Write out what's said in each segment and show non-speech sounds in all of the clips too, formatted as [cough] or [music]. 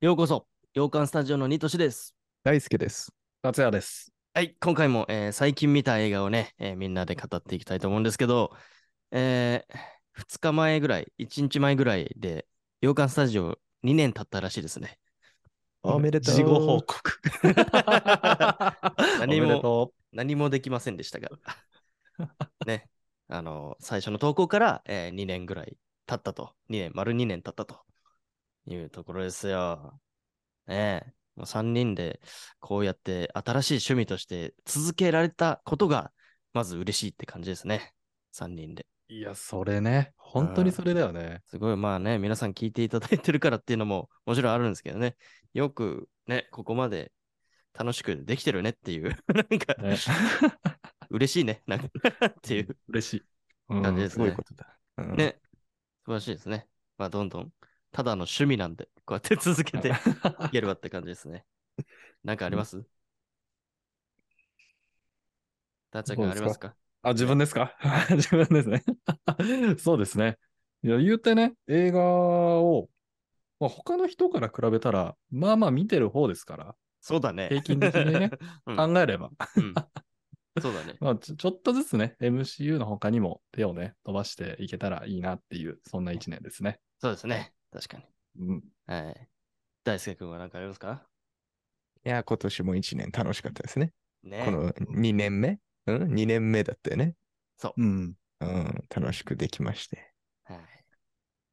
ようこそ、洋館スタジオのニトシです。大輔です。達也 [laughs] です。はい、今回も、えー最近見た映画をね、えーみんなで語っていきたいと思うんですけど、え2日前ぐらい、1日前ぐらいで、洋館スタジオ2年経ったらしいですね。おめでとう事後報告。何おめでも、と何もできませんでしたが。ね、あの最初の投稿から、え2年ぐらい経ったと、2年、丸2年経ったというところですよ。ねえ、もう3人でこうやって新しい趣味として続けられたことが、まず嬉しいって感じですね。3人で。う。いや、それね。本当にそれだよね。すごい、まあね、皆さん聞いていただいてるからっていうのももちろんあるんですけどね。よくね、ここまで楽しくできてるねっていう、 [laughs] なんか、ね嬉しいね、なんか [laughs] っていう。嬉しい。うん感じですねごいことだ。うんね、素晴らしいですね。まあ、どんどん、ただの趣味なんで、こうやって続けていければって感じですね。なんかありますダチャ君ありますか [laughs] あ、自分ですか [laughs] 自分ですね。 [laughs] そうですね。いや、言うてね、映画を、まあ、他の人から比べたら、まあまあ見てる方ですから、そうだね。平均的に [laughs] [laughs] ねうん考えれば、うんそうだね。まあちょ、ちょっとずつね、MCU の他にも手をね、飛ばしていけたらいいなっていう、そんな一年ですね。そうですね。確かに。うん、はい。大輔君は何かありますかいや、今年も1年楽しかったですね。ねこの2年目うん ?2 年目だったよね。そう。うん。うん。楽しくできまして。はい、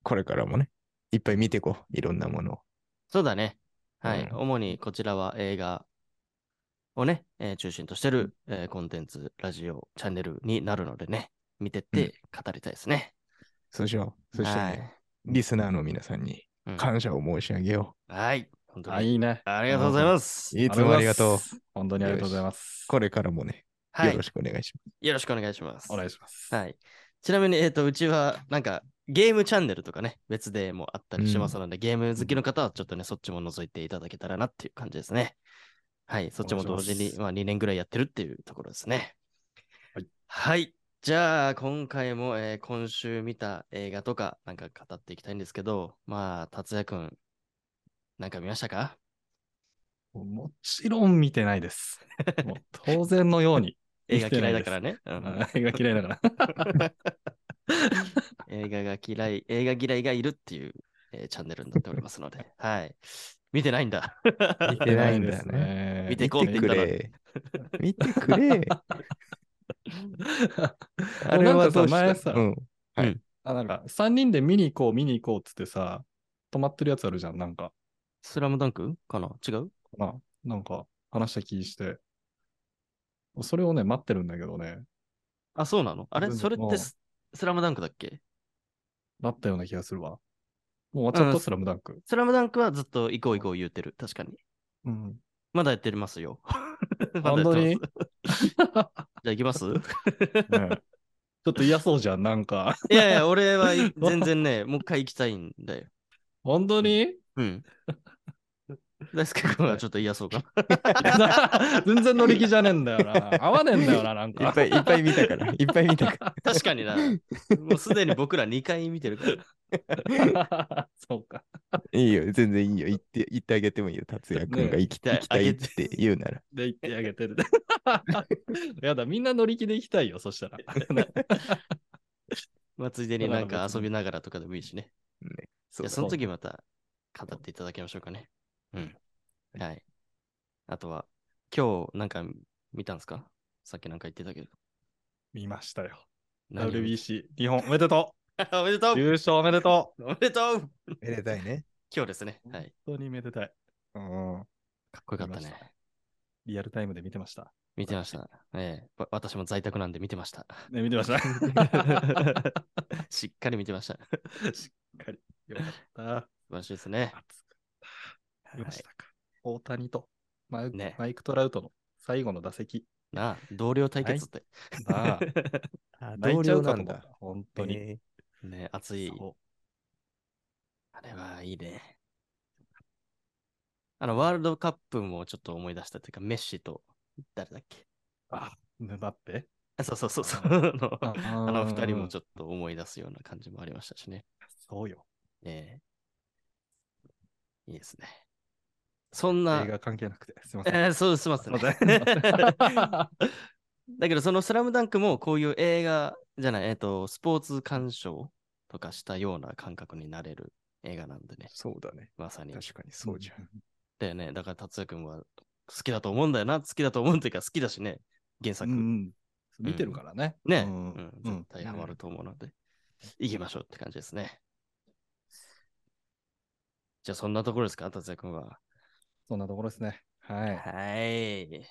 これからもね、いっぱい見ていこう。いろんなものを。そうだね。はい。うん主にこちらは映画をね、えー中心としてる、えーコンテンツ、ラジオ、チャンネルになるのでね、見てって語りたいですね。そうしよう。そしてね、はいリスナーの皆さんにうん感謝を申し上げよはい。本当あ、に。いいね。ありがとうございますう。。いつもありがとう。。本当にありがとうございます。これからもね、はよいろ。しくお願いしまよろしくお願いします。お願いします。はい。ちなみに、えっ、と、うちは、なんか、ゲームチャンネルとかね、別でもあったりしますので、ゲーム好きの方はちょっとね、そっちも覗いていただけたらなっていう感じですね。はい。そっちも同時お願いに、しまあ、2年ぐらいやってるっていうところですね。はい。はい。じゃあ、今回も、えー今週見た映画とか、なんか語っていきたいんですけど、まあ、達也くん、なんか見ましたかもちろん見てない [laughs] です。もう当然のように。映画嫌いだからね。ううんん映画嫌いだから。映画が嫌い、映画嫌いがいるっていう、えーチャンネルになっておりますので、 [laughs] はい。見てないんだ。見てないんだよねね見す。てこうって見言てくったのれ。見てく [laughs] れ。ああれれははどさ、うした前さ、うん。あなんか3人で見に行こう、見に行こうっつってさ、止まってるやつあるじゃん、なんか。スラムダンクかな違うななんか話した気して。それをね、待ってるんだけどね、あ、そうなのあれうんそれってススラムダンクだっけなったような気がするわ。もう終わうんっちゃった、スラムダンク。スラムダンクはずっと行こう行こう言うてる。確かに。うん。まだやってますよ。 [laughs] まだ本やっ当てにます。じゃあ行きますねちょっと嫌そうじゃん、なんか。いやいや、俺はい [laughs] 全然ね、もう一回行きたいんだよ。本当にうん。大輔君はちょっと嫌そうか。 [laughs] 全然乗り気じゃねえんだよな。合わねえんだよな、なんいっか。ぱいいっぱい見たから。いっぱい見たから。確か [laughs] にな。もうすでに僕ら2回見てるから。 [laughs] そうか。いいよ、全然いいよ。言って、言ってあげてもいいよ。達也くんが行きたい、ね行きたいあげってて言うなら。で、行ってあげてる。 [laughs] やだ、みんな乗り気で行きたいよ、そ [laughs] したら。まあ、ついでになんまかあ別遊にびながらとかでもいいしね。そじゃあうそそのう。時また語っていただきましょうかね。うん。はい。あとは、今日なんか見たんですかさっきなんか言ってたけど。見ましたよ。何を見 WBC、日本おめでとた [laughs] おめでとうう優勝おめでとうおめでとうめでたいね。今日ですね。はい。本当にめでたい。うん。かっこよかった見ましね。リアルタイムで見てました。見てました。ええわ私も在宅なんで見てました。 [laughs] ね、見て [laughs] ました。ししっかり見てました。素っかり。よかった。晴らしいですね。熱く見ましたか。大谷とマイ,、ねマイク・トラウトの最後の打席。なあ、同僚対決って。なあ [laughs] 泣いちゃうかと思った。本当に。えね熱い。そうあれはいいね。あの、ワールドカップもちょっと思い出したというか、メッシと、誰だっけあ、ヌバッペあそうそうそうそう。あのあの二人もょっと。ちょっと思い出すような感じもありましたしね。そうよ。ええいいですね。そんな映、画関係なくて。すいません。えーそう、すいません。すいません [laughs] だけど、そのスラムダンクもこういう映画じゃない、えっ、と、スポーツ鑑賞とかしたような感覚になれる映画なんでね、そうだね。まさに。確かにそうじゃん。だよね。だから、達也君は好きだと思うんだよな。好きだと思うというか、好きだしね、原う作。んうん。見てるからね。ね、ううんんうん絶対ハマると思うので、行きましょうって感じですね。じゃあ、そんなところですか、達也君は。そんなところですね。はい。 [laughs] はい。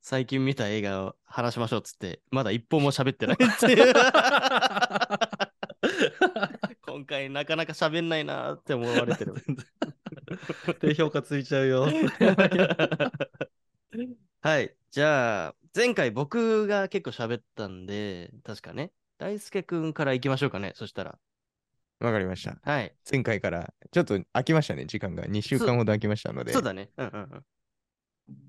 最近見た映画を話しましょうっつって、まだ一本も喋ってないっていう [laughs] 今回なかなか喋んないなーって思われてる。低評価ついちゃうよ。。[laughs] はい。じゃあ、前回僕が結構喋ったんで、確かね、大輔くんから行きましょうかね。そしたら。わかりました。はい。前回からちょっと空きましたね、時間が。2週間ほど空きましたので、そうだね。うんうん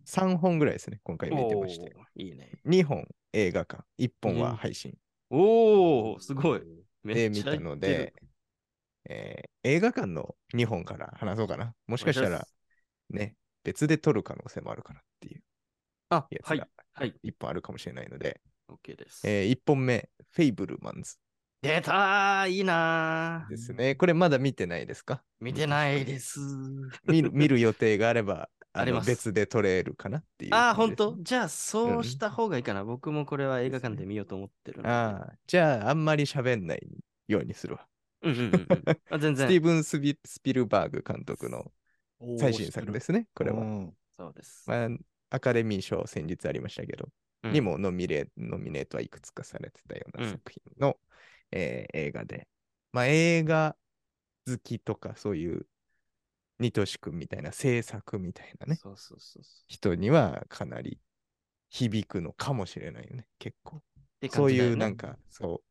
3本ぐらいですね、今回うん。見れてまして。おーいいね。 2本映画館、1本うんは配信おおすごい。めでっち見ゃた行のってるで、、えー映画館の2本から話そうかな。もしかしたお願いしまらね、別で撮る可能性もあるからっていうあやつはいが。はい。 1本あるかもしれないので、 OK です。え1本目、フェイブルマンズ出たーいいなーですね。これまだ見てないですか見てないです。見 [laughs] る見る予定があれば、のあります別で撮れるかなっていうああ、ほ感じんですねとじゃあ、そうした方がいいかな。僕もこれは映画館で見ようと思ってるので。ああ、じゃああんまり喋んないようにするわ。うんうんうんうん。 [laughs] あ全スティ然。ーブンスビ・スピルバーグ監督の最新作ですすね、これうは。んそうです。まあ、アカデミー賞先日ありましたけど、うんにもノミレノミネートはいくつかされてたよううなん作品の、えー映画で、まあ、映画好きとかそういうニトシ君みたいな制作みたいなね、そうそうそうそう。人にはかなり響くのかもしれないよね、結構。ってそ感うじだいようねなんか、そう、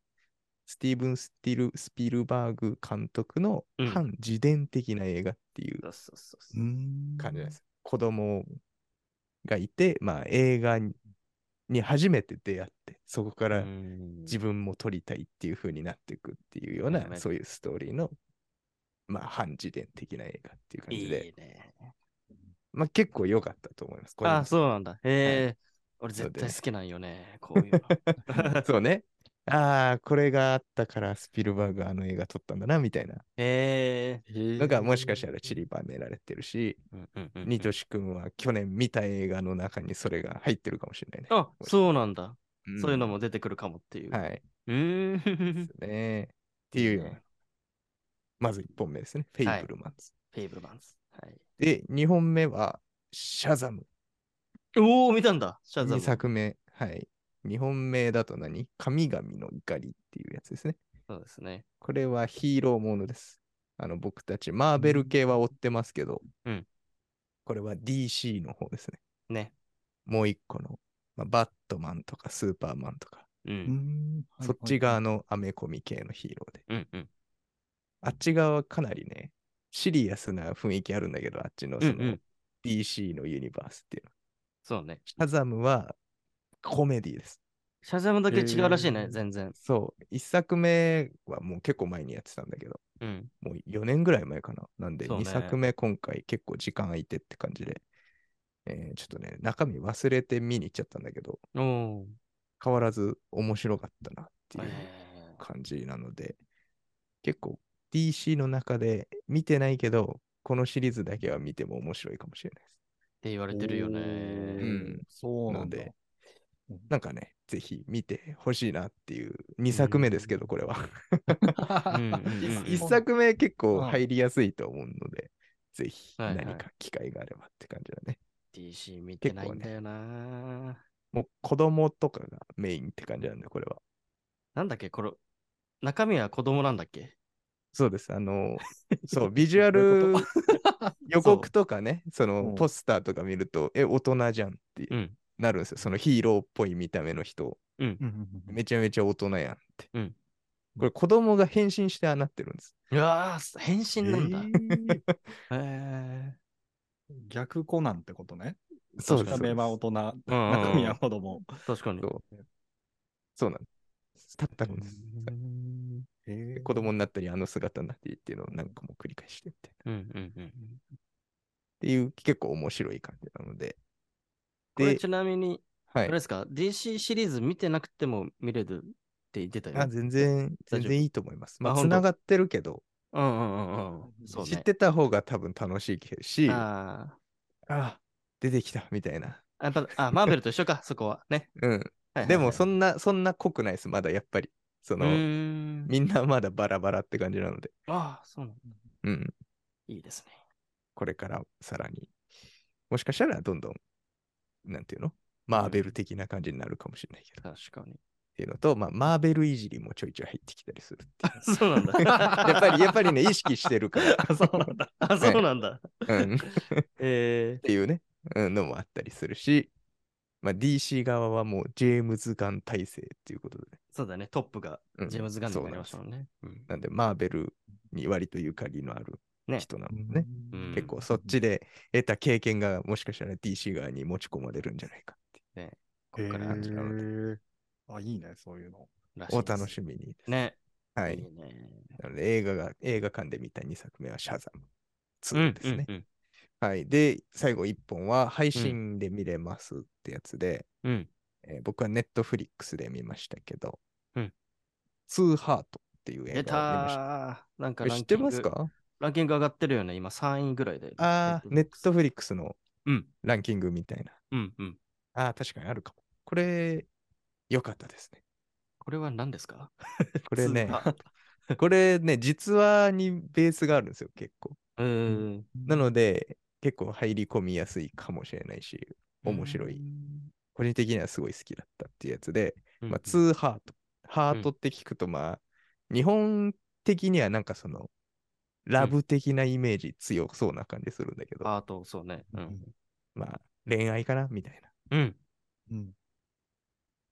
スティーブン・スティルスピルバーグ監督のうん反自伝的な映画っていうそうそうそうそうう。ん感じなんです。子供がいて、まあ映画にに初めて出会って、そこから自自分も撮りたいっていう風になっていくっていうよううんな、そういうストーリーの、まあ反自伝的な映画っていう感いじいで、ね。まあ結構良かったと思います。これあもあ、そうなんだ。へえ。俺そう絶でね対好きなんよね。こういうの。 [laughs] そうね。ああ、これがあったからスピルバーグあの映画撮ったんだな、みたいな。へえ。 [laughs] のがもしかしたら散りばめられてるし、うんうんうんうんニトシ君は去年見た映画の中にそれが入ってるかもしれないね。あ、そうなんだ。んそういうのも出てくるかもっていう。はい。う [laughs] ーでん。すね。っていうような、まず1本目ですね。フェイブルマンズ。フェイブルマンズ。はい。で、2本目は、シャザム。おお、見たんだ。シャザ2ム。作目。はい。2本目だと何神々の怒りっていうやつですね。そうですね。これはヒーローものです。あの、僕たち、マーベル系は追ってますけど、うんこれは DC の方ですね。ね。もう一個の、まあ、バットマンとかスーパーマンとか、う。うんんそっち側。のアメコミ系のヒーローで、うんうん。あっち側はかなりね、シリアスな雰囲気あるんだけど、あっちのうんうそんの DC のユニバースっていうの。そうね。シャザムはコメディです。シャザムだけ違うらしいへねー、全然。そう、一作目はもう結構前にやってたんだけど、うん。もう4年ぐらい前かな。なんで、そうね2作目今回結構時間空いてって感じで、えーちょっとね、中身忘れて見に行っちゃったんだけど、おお。変わらず面白かったなっていう。へ感じなので、結構 DC の中で見てないけど、このシリーズだけは見ても面白いかもしれないです。って言われてるよね。ううんん。そうななんんだ。で、なんかね、ぜひ見てほしいなっていう2作目ですけど、これは。うんうんうん [laughs] 1作目結構うん入りやすいと思うので、ぜひはいはい何か機会があればって感じだね。 DC 見てないんだよな、もう子供とかがメインって感じなんで、これは。なんだっけ、これ。中身は子供なんだっけそうです。あの、そう、ビジュアどうル予告とかね、そのうんポスターとか見ると、え、大人じゃんってうん。なるんですよ。そのヒーローっぽい見た目の人。うんうん [laughs] うんめちゃめちゃ大人やんって。うんこれ子供が変身してああなってるんです。うわー、変身なんだ。えー逆コナンってことね。そうでです見た目は大人、うんうんうん中身は子供。確かに。そうそうなんです。たったのです。え子供になったり、あの姿になったりっていうのを何個も繰り返してみたいな。うんうんうん。っていう結構面白い感じなので。これで、ちなみに、はあれい。ですか、DC シリーズ見てなくても見れるって言ってたよ。あ全然、大全丈夫然いいと思います。まああ、ほんつとながってるけど、うんうんうんうん。そうね、知ってた方が多分楽しいし、ああーあ、出てきたみたいな。あやっぱ、あ、マーベルと一緒か、そこは。ね。うん。でも、そんな、そんな濃くないです、まだやっぱり。その、うの、ーんみんなまだバラバラって感じなので、ああ、そうなんだ。うん。いいですね。これからさらに、もしかしたらどんどん、なんていうのマーベル的な感じになるかもしれないけど。っ確かに。ていうのと、まあ、マーベルいじりもちょいちょい入ってきたりするって [laughs] いう。そうなんだ。 [laughs] やっぱり、やっぱりね、意識してるから。 [laughs] あ、 [laughs] そうなんだ。あ、そうなんだ。うん。っえていうね、うん、のもあったりするし、まあ、DC 側はもうジェームズ・ガン体制っていうことで、ー、そうだね、トップがうんジェームズ・ガンにそうなりなんまでしすたもんね。うんなんで、マーベルに割とゆかりのあるね人なのでね、うん結構そっちで得た経験がもしかしたら DC 側に持ち込まれるんじゃないかってここからへーあ、いいね、そういうの。らおいです楽しみにです。ね。はいいい。ね。なので映画が、映画館で見た2作目はシャザムう2んですね。うんはい。で、最後1本は配信で見れますってやつで、うん。うんえー僕はネットフリックスで見ましたけど、うんツーハートっていう映出た画を見ました。ー。なんかこれラ知ンっキてングますかランキング上がってるよね、今3位ぐらいで。ああ、ネットフリックスのうんランキングみたいな。うんうん。ああ、確かにあるかも。これ、良かったですね。これは何ですかこれねスー、パーこれね、実話にベースがあるんですよ、結構。うーん。なので、結構入り込みやすいかもしれないし、面白い。個人的にはすごい好きだったっていうやつで、うんまあ、ツーハート。ハートって聞くと、まあ、日本的にはなんかその、ラブ的なイメージ強そうな感じするんだけど、あと、そうね。うん。まあ、恋愛かなみたいな。うん。うん。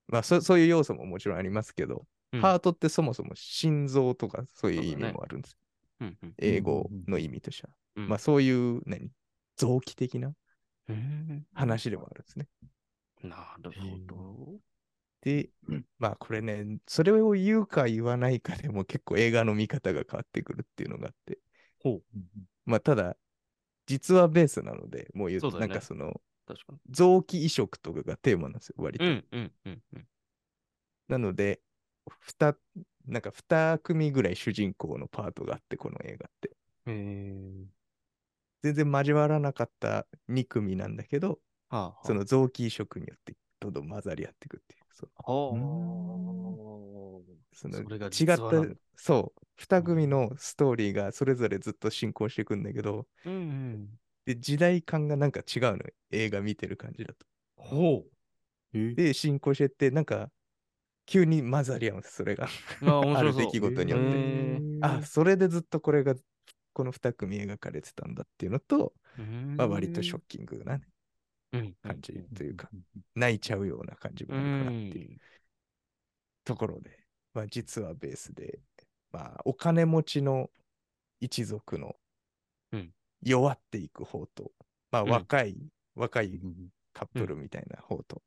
まあそ、そういう要素ももちろんありますけど、うんハートってそもそも心臓とかそういう意そうだね味もあるんです。うんうん英語の意味としては。うんまあ、そういう、何臓器的なうん話でもあるんですね。なるほど。でうん、まあこれね、それを言うか言わないかでも結構映画の見方が変わってくるっていうのがあって、まあただ、実はベースなので、もう言うと、そうだよなんねかその、確かに。臓器移植とかがテーマなんですよ、割と。うんうんうんうん。なので、二、なんか二組ぐらい主人公のパートがあって、この映画って。へえ。全然交わらなかった2組なんだけど、はあはあその臓器移植によってどんどん混ざり合っていくっていう、そほうそのそれが違実話なんっだた、そう、2組のストーリーがそれぞれずっと進行していくんだけど、うんうん。で、時代感がなんか違うのよ、映画見てる感じだと。ほで、進行してって、なんか、急に混ざり合うんです、それが。う。ああ、面 [laughs] あ白るそう。出来事によっへて。えあ、それでずっとこれが、この2組描かれてたんだっていうのと、ままあ、割とショッキングなね感感じというか、泣いちゃうような感じもう。あるかなっていうんところで、まあ、実はベースで、まあ、お金持ちの一族のうん弱っていく方と、まあ、うん若い、若いカップルみたいな方と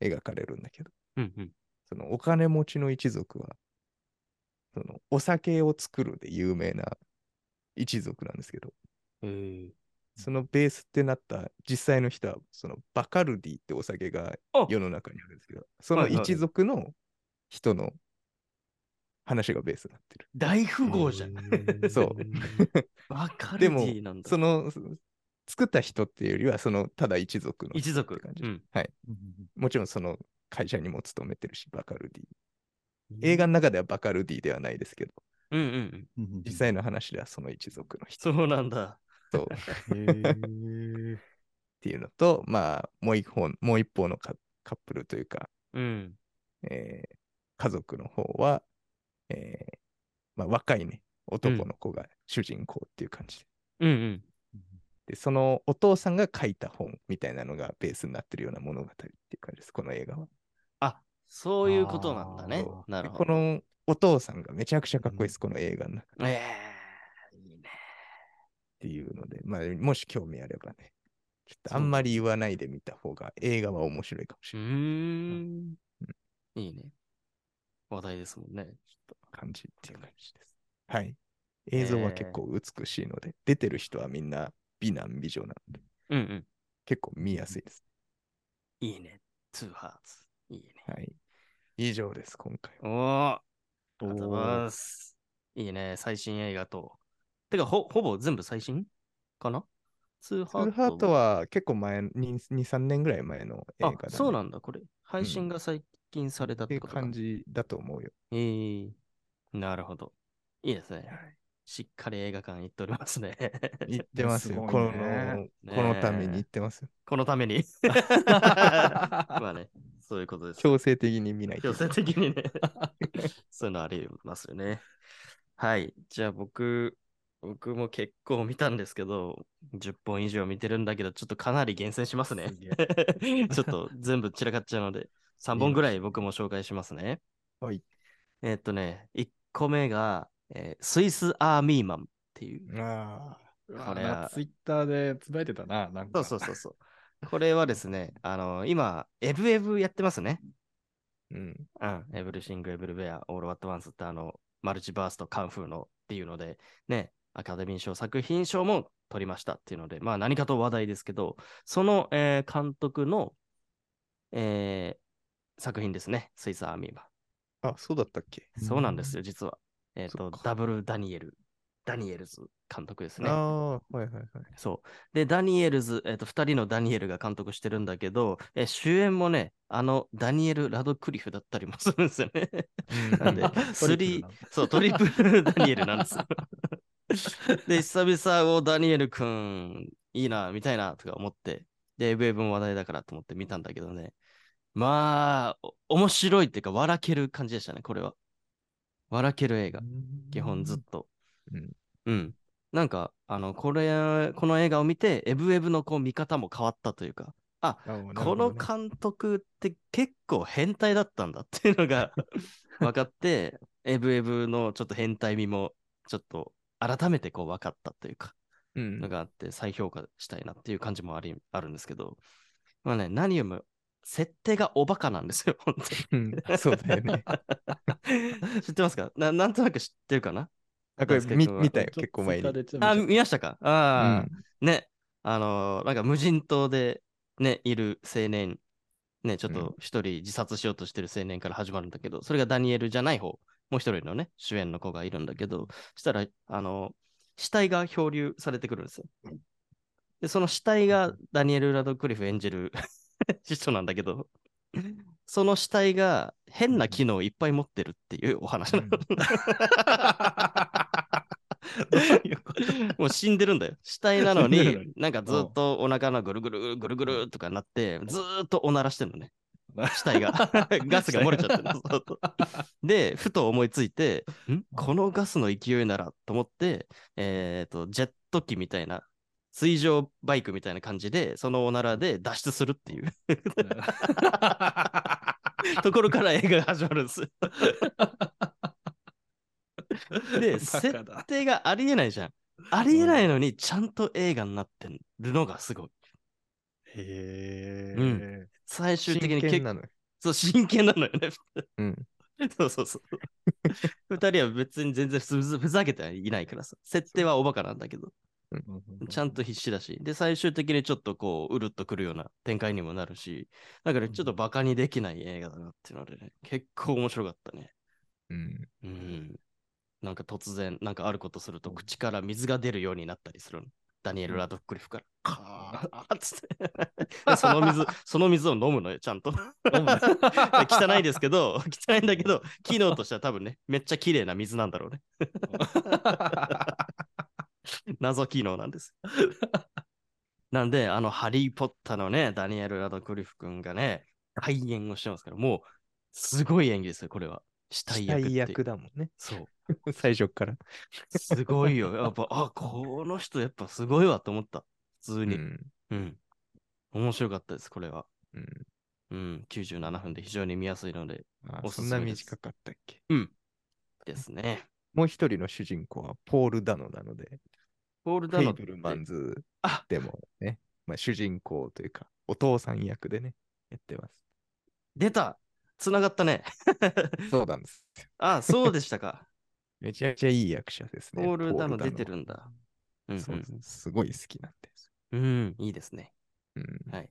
描かれるんだけど、うんうん。そのお金持ちの一族は、そのお酒を作るで有名な一族なんですけど、へえ。そのベースってなった実際の人は、そのバカルディってお酒があ世の中にあるんですけど、そはのいはい一族の人の話がベースになってる。大富豪じゃん。んそうわかるでもーなんだ。そのそ作った人っていうよりは、そのただ一族の一族って感。じうん。もちろんその会社にも勤めてるし、バカルディ。映画の中ではバカルディではないですけど、うんうんうん。実際の話ではその一族の人そうなんだ。とっ際。へーていうのと、まあ、もう一本、もう一方のカカップルというか、うん。えー家族の方は、えーまあ、若いね、男の子が主人公っていう感じで。うんうん。で、そのお父さんが書いた本みたいなのがベースになってるような物語っていう感じです、この映画は。あ、そういうことなんだねあ。なるでほこど。のお父さんがめちゃくちゃかっこいいです、この映画の中っええ。いいね。ていうので、まあ、もし興味あればね、ちょっとあんまり言わないで見た方が映画は面白いかもしうれーない。ん。いいね。話題ですもんね。感じっていう感じです。はい。映像は結構美しいので、出てる人はみんな美男美女なんで、うんうん。結構見やすいです。いいね。ツーハーツ。いいね。はい。以上です、今回は。おーありがとうございます。いいね。最新映画と。てか、ほほぼ全部最新かなツーフハールト。ハートは結構前、2、3年ぐらい前の映画だ、ねあ、、そうなんだ。これ、配信が最近されたっってていうことか。感じだと思うよ。えーなるほど。いいですね。しっかり映画館行っておりますね。言ってますよ。すごいねこの、ねこのために言ってますよ。このため [laughs] に。まあね、そういうことです。強制的に見ないと強制的に [laughs] ね。そういうのありますよね。はい。じゃあ僕、僕も結構見たんですけど、10本以上見てるんだけど、ちょっとかなり厳選しますねすげ。 [laughs] ちょっと全部散らかっちゃうので、3本ぐらい僕も紹介しますね。はい。えーっとね、1個目が、えースイスアーミーマンっていう。あこれはツイッターでつぶやいてたな、なんそか。うそうそうそう。これはですね、あの今、エブエブやってますね。ーうん。うん、エブリシング・エブル・ウェア・オール・ワット・ワンスってあの、マルチバースとカンフーのっていうので、ね、アカデミー賞作品賞も取りましたっていうので、まあ何かと話題ですけど、その、えー監督の、えー作品ですね、スイス・アーミーマあ、そうだったっけ、ン。そうなんですよ、実は。えっ、そとっか、ダブル・ダニエル、ダニエルズ監督ですね。ああ、はいはいはい。そう。で、ダニエルズ、えっ、と、二人のダニエルが監督してるんだけど、え主演もね、あの、ダニエル・ラドクリフだったりもするんですよね。 [laughs] なん [laughs] で、スリー、そう、トリプルダニエルなん [laughs] ですよ。で、久々をダニエルくん、いいな、見たいな、とか思って、で、エブエブも話題だからと思って見たんだけどね。まあ、お面白いっていうか、笑ける感じでしたね、これは。笑ける映画。基本ずっと。うん。うん。なんか、あの、これ、この映画を見て、エブエブのこう見方も変わったというか、あーなるこほのどね監督って結構変態だったんだっていうの [laughs] が分かって、エブエブのちょっと変態味もちょっと改めてこう分かったというか、うんのがあって再評価したいなっていう感じもありあるんですけど、まあね、何よりも設定がおバカなんですよ、本当に。うん [laughs] そうだよね。 [laughs] 知ってますかななんとなく知ってるかなあ、これバ見スケ君は見たよ、結構前に。うんあ、 [laughs] 見ましたかああ、うね、あのーなんか無人島でね、いる青年、ね、ちょっうと一人自殺しようとしてる青年から始まるんだけど、それがダニエルじゃない方、もう一人のね、主演の子がいるんだけど、したら、あのー死体が漂流されてくるんですよ。で、その死体がダニエル・ラドクリフ演じる [laughs] 人なんだけど、その死体が変な機能をいっぱい持ってるっていうお話なの。もう死んでるんだよ。死体なの死んでるのにに、なんかずっとお腹のぐるぐるぐるぐるとかなって、ずーっとおならしてるの [laughs] ね。死体が。ガスが漏れちゃってるの。そうそうで、ふと思いついて、んこのガスの勢いならと思って、えっ、と、ジェット機みたいな、水上バイクみたいな感じで、そのおならで脱出するって [laughs] いうところから映画が始まるんです。で、設定がありえないじゃん。ありえないのに、ちゃんと映画になってるのがすごい。へうえ。最終的に真結剣構なのよ。そう真剣なのよね。うん。 [laughs] そうそうそう。二人は別に全然ふざふざけてはいないからさ。設定はおバカなんだけど、ちゃんと必死だし。で、最終的にちょっとこう、うるっとくるような展開にもなるし、だからちょっとバカにできない映画だなっていうのでね、結構面白かったね。うん。うん。なんか突然、なんかあることすると、口から水が出るようになったりするの。ダニエル・ラドックリフから。カーッつって。 [laughs] でその水、その水を飲むのよ、ちゃんと。汚いですけど、 [laughs] 汚いんだけど、機能としては多分ね、めっちゃ綺麗な水なんだろうね。謎機能なんです。なんで、あの、ハリー・ポッターのね、ダニエル・ラドクリフ君がね、大演をしてますから、もう、すごい演技ですよ、これは。死体死役って体いう。役だもんね。 [laughs] そう。最初っから。すごいよ。やっぱ、あ、この人やっぱすごいわと思った。普通うに。ん。うん。面白かったです、これは。うんうん、97分で非常に見やすいので、あおすすそめんなです短かったっけです [laughs] ね。もう一人の主人公はポール・ダノなので、ポール・フダェイノっブてルマンズあでもね、まあ、主人公というか、お父さん役でね、やってます。出たつながったね。そうなんです。あ、そうでしたか。めちゃくちゃいい役者ですね。ポールダのポー出てるんだ。うん、そうです。すごい好きなんです。うん、うん、いいですね。うん。はい。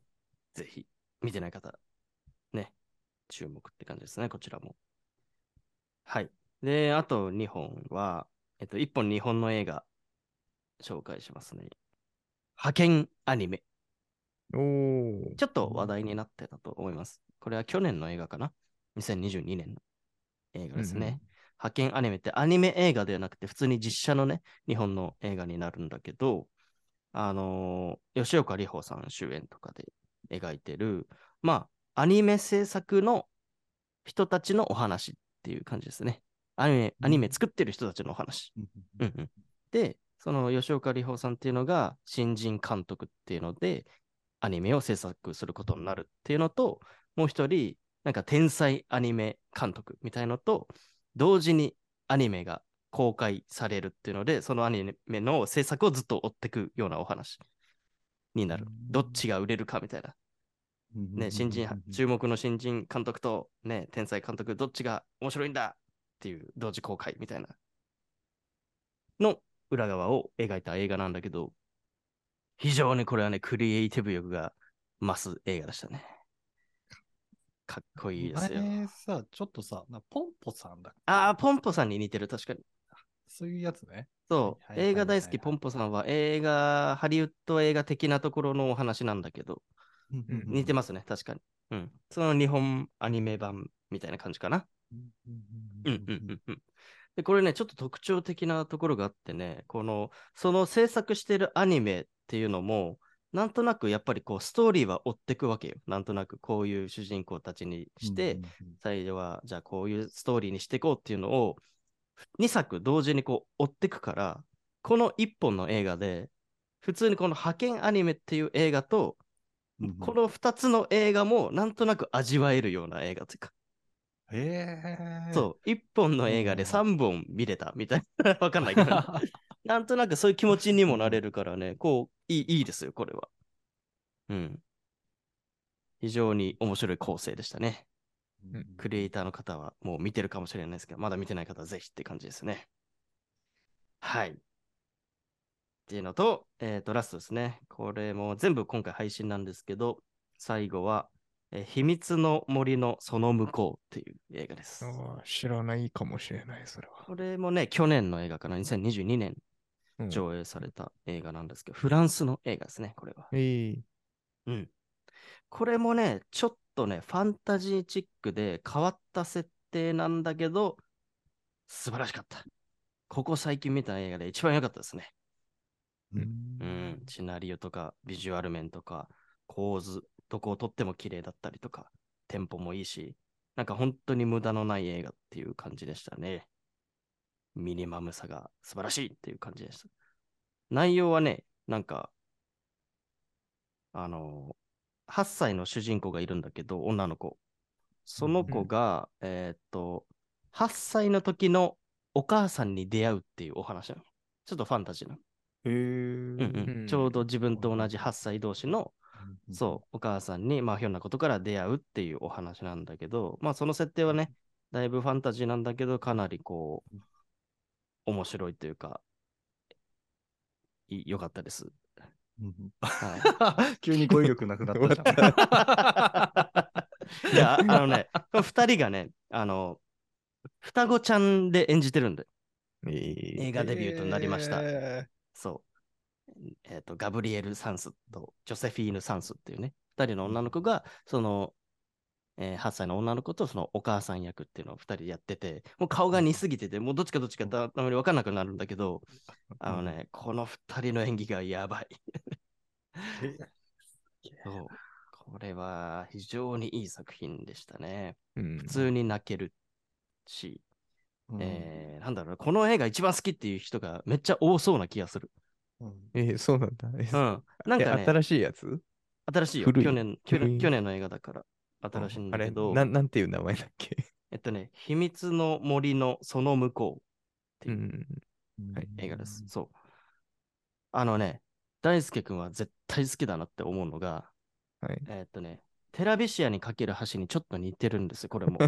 ぜひ、見てない方、ね、注目って感じですね、こちらも。はい。で、あと2本は、えっと、1本日本の映画、紹介しますね。派遣アニメ。おーちょっと話題になってたと思います。これは去年の映画かな ?2022 年の映画ですね。うんうん派遣アニメってアニメ映画ではなくて、普通に実写のね、日本の映画になるんだけど、あのー吉岡里帆さん主演とかで描いてる、まあ、アニメ制作の人たちのお話っていう感じですね。アニメ、アニメ作ってる人たちのお話。うんうんで、その吉岡里帆さんっていうのが新人監督っていうので、アニメを制作することになるっていうのと、もう一人、なんか天才アニメ監督みたいのと、同時にアニメが公開されるっていうので、そのアニメの制作をずっと追っていくようなお話になる。どっちが売れるかみたいな。ね、新人、注目の新人監督と、ね、天才監督、どっちが面白いんだっていう同時公開みたいな、の裏側を描いた映画なんだけど、非常にこれはね、クリエイティブ力が増す映画でしたね。かっこいいですよ。前さ、ちょっとさ、なポンポさんだっけああ、ポンポさんに似てる、確かに。そういうやつね。そう、はいはいはいはい映画大好きポンポさんは映画、ハリウッド映画的なところのお話なんだけど、うん似てますね、確かに。うん。その日本アニメ版みたいな感じかな。うんうんうんうんうんで、これね、ちょっと特徴的なところがあってね、この、その制作してるアニメっていうのも、なんとなくやっぱりこう、ストーリーは追ってくわけよ。なんとなくこういう主人公たちにして、、最初は、じゃあこういうストーリーにしていこうっていうのを、2作同時にこう追ってくから、この1本の映画で、普通にこの派遣アニメっていう映画と、この2つの映画もなんとなく味わえるような映画というか、へえ。そう、1本の映画でうん3本見れたみたいな、 [laughs] わかんないけど、 [laughs] なんとなくそういう気持ちにもなれるからね、こう、いいいいですよ、これは。うん。非常に面白い構成でしたね。うんクリエイターの方はもう見てるかもしれないですけど、まだ見てない方はぜひって感じですね。はい。っていうのと、えっ、と、ラストですね。これも全部今回配信なんですけど、最後は、えー秘密の森のその向こうっていう映画です。あー知らないかもしれない、それは。これもね、去年の映画かな、2022年うん上映された映画なんですけど、フランスの映画ですね、これは。ええうん。これもね、ちょっとね、ファンタジーチックで変わった設定なんだけど、素晴らしかった。ここ最近見た映画で一番良かったですね。うん。シナリオとか、ビジュアル面とか、構図、どこを撮っても綺麗だったりとか、テンポもいいし、なんか本当に無駄のない映画っていう感じでしたね。ミニマムさが素晴らしいっていう感じでした。内容はね、なんか、あの、8歳の主人公がいるんだけど、女の子。その子が、えーっと、8歳の時のお母さんに出会うっていうお話なの。ちょっとファンタジーなの。へえ。うんうんうんちょうど自分と同じ8歳同士の、そう、お母さんに、まあ、ひょんなことから出会うっていうお話なんだけど、まあ、その設定はね、だいぶファンタジーなんだけど、かなりこう、面白いというか、い良かったです。うん。はい。 [laughs] 急に語彙力なくなったじゃん。 [laughs] いや、あのね、この二人がね、あの、双子ちゃんで演じてるんで、ええ映画デビューとなりました。へそう。えっ、と、ガブリエル・サンスとジョセフィーヌ・サンスっていうね、二人の女の子が、その、えー8歳の女の子とそのお母さん役っていうのを二人でやってて、もう顔が似すぎてて、もうどっちかどっちかだあんまり分かんなくなるんだけど、あのね、この二人の演技がやばい。え。そうこれは非常にいい作品でしたね。うん普通に泣けるし、えーなんだろうな、この映画一番好きっていう人がめっちゃ多そうな気がする。うんええそうなんだ。えうん。 [laughs] なんか、ねえ、新しいやつ新しいよ。古い去年、去古年い去年の映画だから、新しいんだけどあ、れな、なんていう名前だっけえっとね、秘密の森のその向こううんん。う、映画です。。そう。あのね、大輔君は絶対好きだなって思うのが、はい。えっとね、テラビシアにかける橋にちょっと似てるんですよ、これも。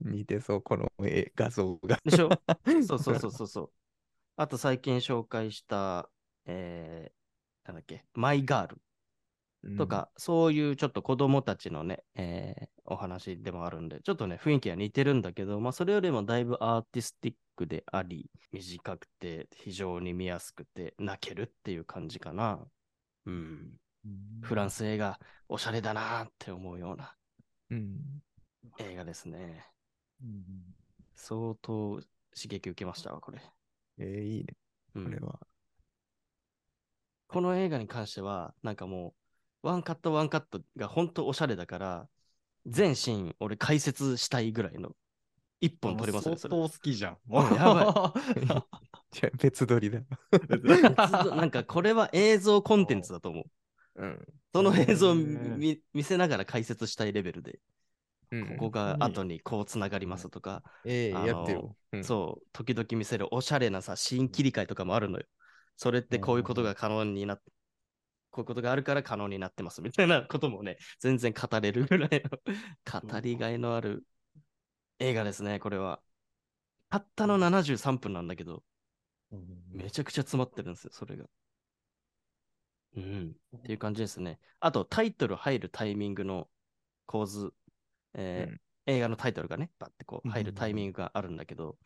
似てそう、この絵画像が。でし [laughs] ょそうそうそうそうそう。あと最近紹介した、えー、なんだっけ、マイガールとか、そういうちょっと子供たちのね、えーお話でもあるんで、ちょっとね、雰囲気は似てるんだけど、まあそれよりもだいぶアーティスティックであり、短くて、非常に見やすくて、泣けるっていう感じかな。うん。フランス映画、おしゃれだなーって思うようなうん。映画ですね。うん相当刺激受けましたわ、これ。えーいいね、うんこれ [laughs] は。この映画に関しては、なんかもう、ワンカットワンカットが本当おしゃれだから、全シーン俺解説したいぐらいの一本撮りますね、そ相れ。当好きじ [laughs] ゃん。もうや [laughs] じゃあ別撮りだ。 [laughs] ずっとなんかこれは映像コンテンツだと思う。うん。その映像をへー見見せながら解説したいレベルで、うんここが後にこうつながりますとか、ええあのやってよ。うんそう、時々見せるおしゃれなさ、シーン切り替えとかもあるのよ。それってこういうことが可能になっこういうことがあるから可能になってますみたいなこともね、全然語れるぐらいの [laughs] 語りがいのある映画ですね、これは。たったの73分なんだけど、めちゃくちゃ詰まってるんですよ、それが。うん。っていう感じですね。あと、タイトル入るタイミングの構図、えーうん映画のタイトルがね、バッてこううんうんうん入るタイミングがあるんだけど、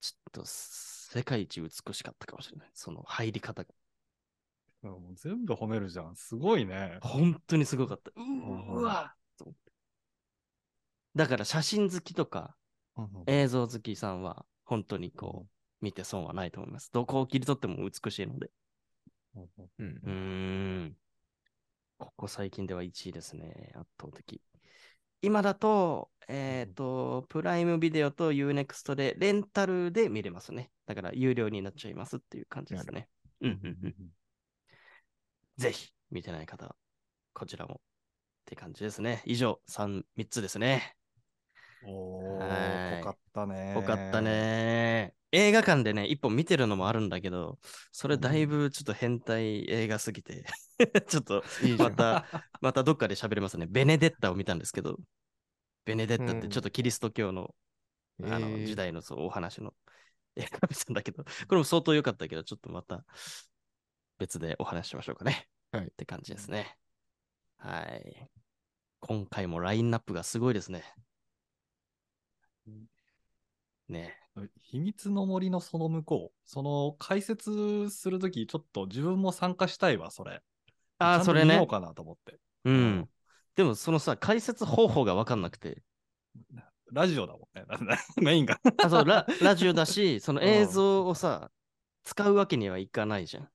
ちょっと世界一美しかったかもしれない。その入り方が。もう全部褒めるじゃん。すごいね。本当にすごかった。ううんうんうわと思ってだから写真好きとか映像好きさんは本当にこう見て損はないと思います。どこを切り取っても美しいので。うんうーん。ここ最近では1位ですね。圧倒的。今だと、えっ、と、プライムビデオと UNEXT でレンタルで見れますね。だから有料になっちゃいますっていう感じですね。うんうんうん。ぜひ、見てない方は、こちらも。って感じですね。以上、3、3つですね。おはー、い濃かったね。よかった。ね。映画館でね、一本見てるのもあるんだけど、それだいぶちょっと変態映画すぎて、 [laughs] ちょっといいじゃまん。た、またどっかで喋りますね。ベネデッタを見たんですけど、ベネデッタってちょっとキリスト教の,、あのええ時代のそうお話の映画見たんだけど、これも相当良かったけど、ちょっとまた別でお話ししましょうかね。はいって感じですね。はい。今回もラインナップがすごいですね。ね秘密の森のその向こう。その解説するとき、ちょっと自分も参加したいわ、それ。ちあゃあ、んとそれ見よねう。かなと思って。うん。でもそのさ、解説方法が分かんなくて。ラジオだもんね。 [laughs] メインが。あそうラ、 [laughs] ラジオだし、その映像をさ、使うわけにはいかないじゃん。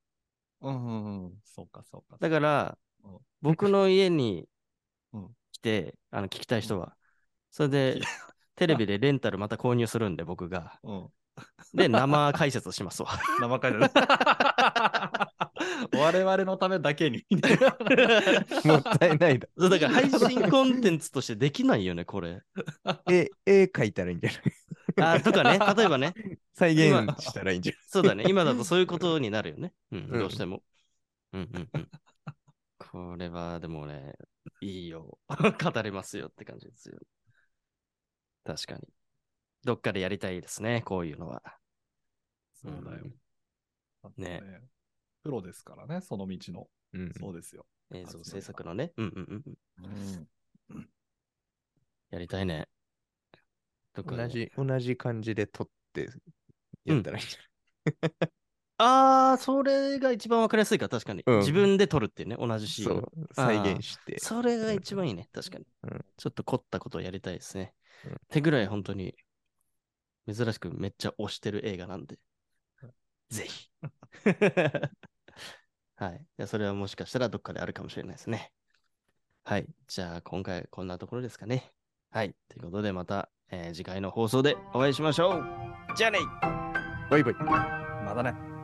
うんうんうん。そうか、そうか。だからうん、僕の家に [laughs] うん来て、あの、聞きたい人は、それ [laughs] で、テレビでレンタルまた購入するんで、僕が。うん。で、生解説しますわ。 [laughs] 生解説。我々のためだけに。もったい [laughs] ないだ。そうだから、配信コンテンツとしてできないよね、これ。絵、絵描いたらいいんじゃ [laughs] ないあとかね、例えばね、再現したらいいんじゃそうだね、今だとそういうことになるよね。うん、うんどうしても。うんうんうん。これは、でもね、いいよ。 [laughs] 語れますよって感じですよ。確かに。どっかでやりたいですね、こういうのは。そうだよ。だってね。プロですからね、その道の。ないうんそうですよ。映像制作のね。うんうんうんうん。うん。やりたいね。どっかで同じ、同じ感じで撮って、やったらいいんじああ、それが一番わかりやすいか、確かに。うん自分で撮るっていうね、同じシゃーンないを。そう、再現して。それが一番いいね、確かに。うんちょっと凝ったことをやりたいですね。うんってぐらい本当に、珍しくめっちゃ推してる映画なんで、ぜ [laughs] ひ。はい。じゃあそれはもしかしたらどっかであるかもしれないですね。はい。じゃあ今回はこんなところですかね。はい。ということでまた、えー次回の放送でお会いしましょう。じゃあねバイバイ。まだね。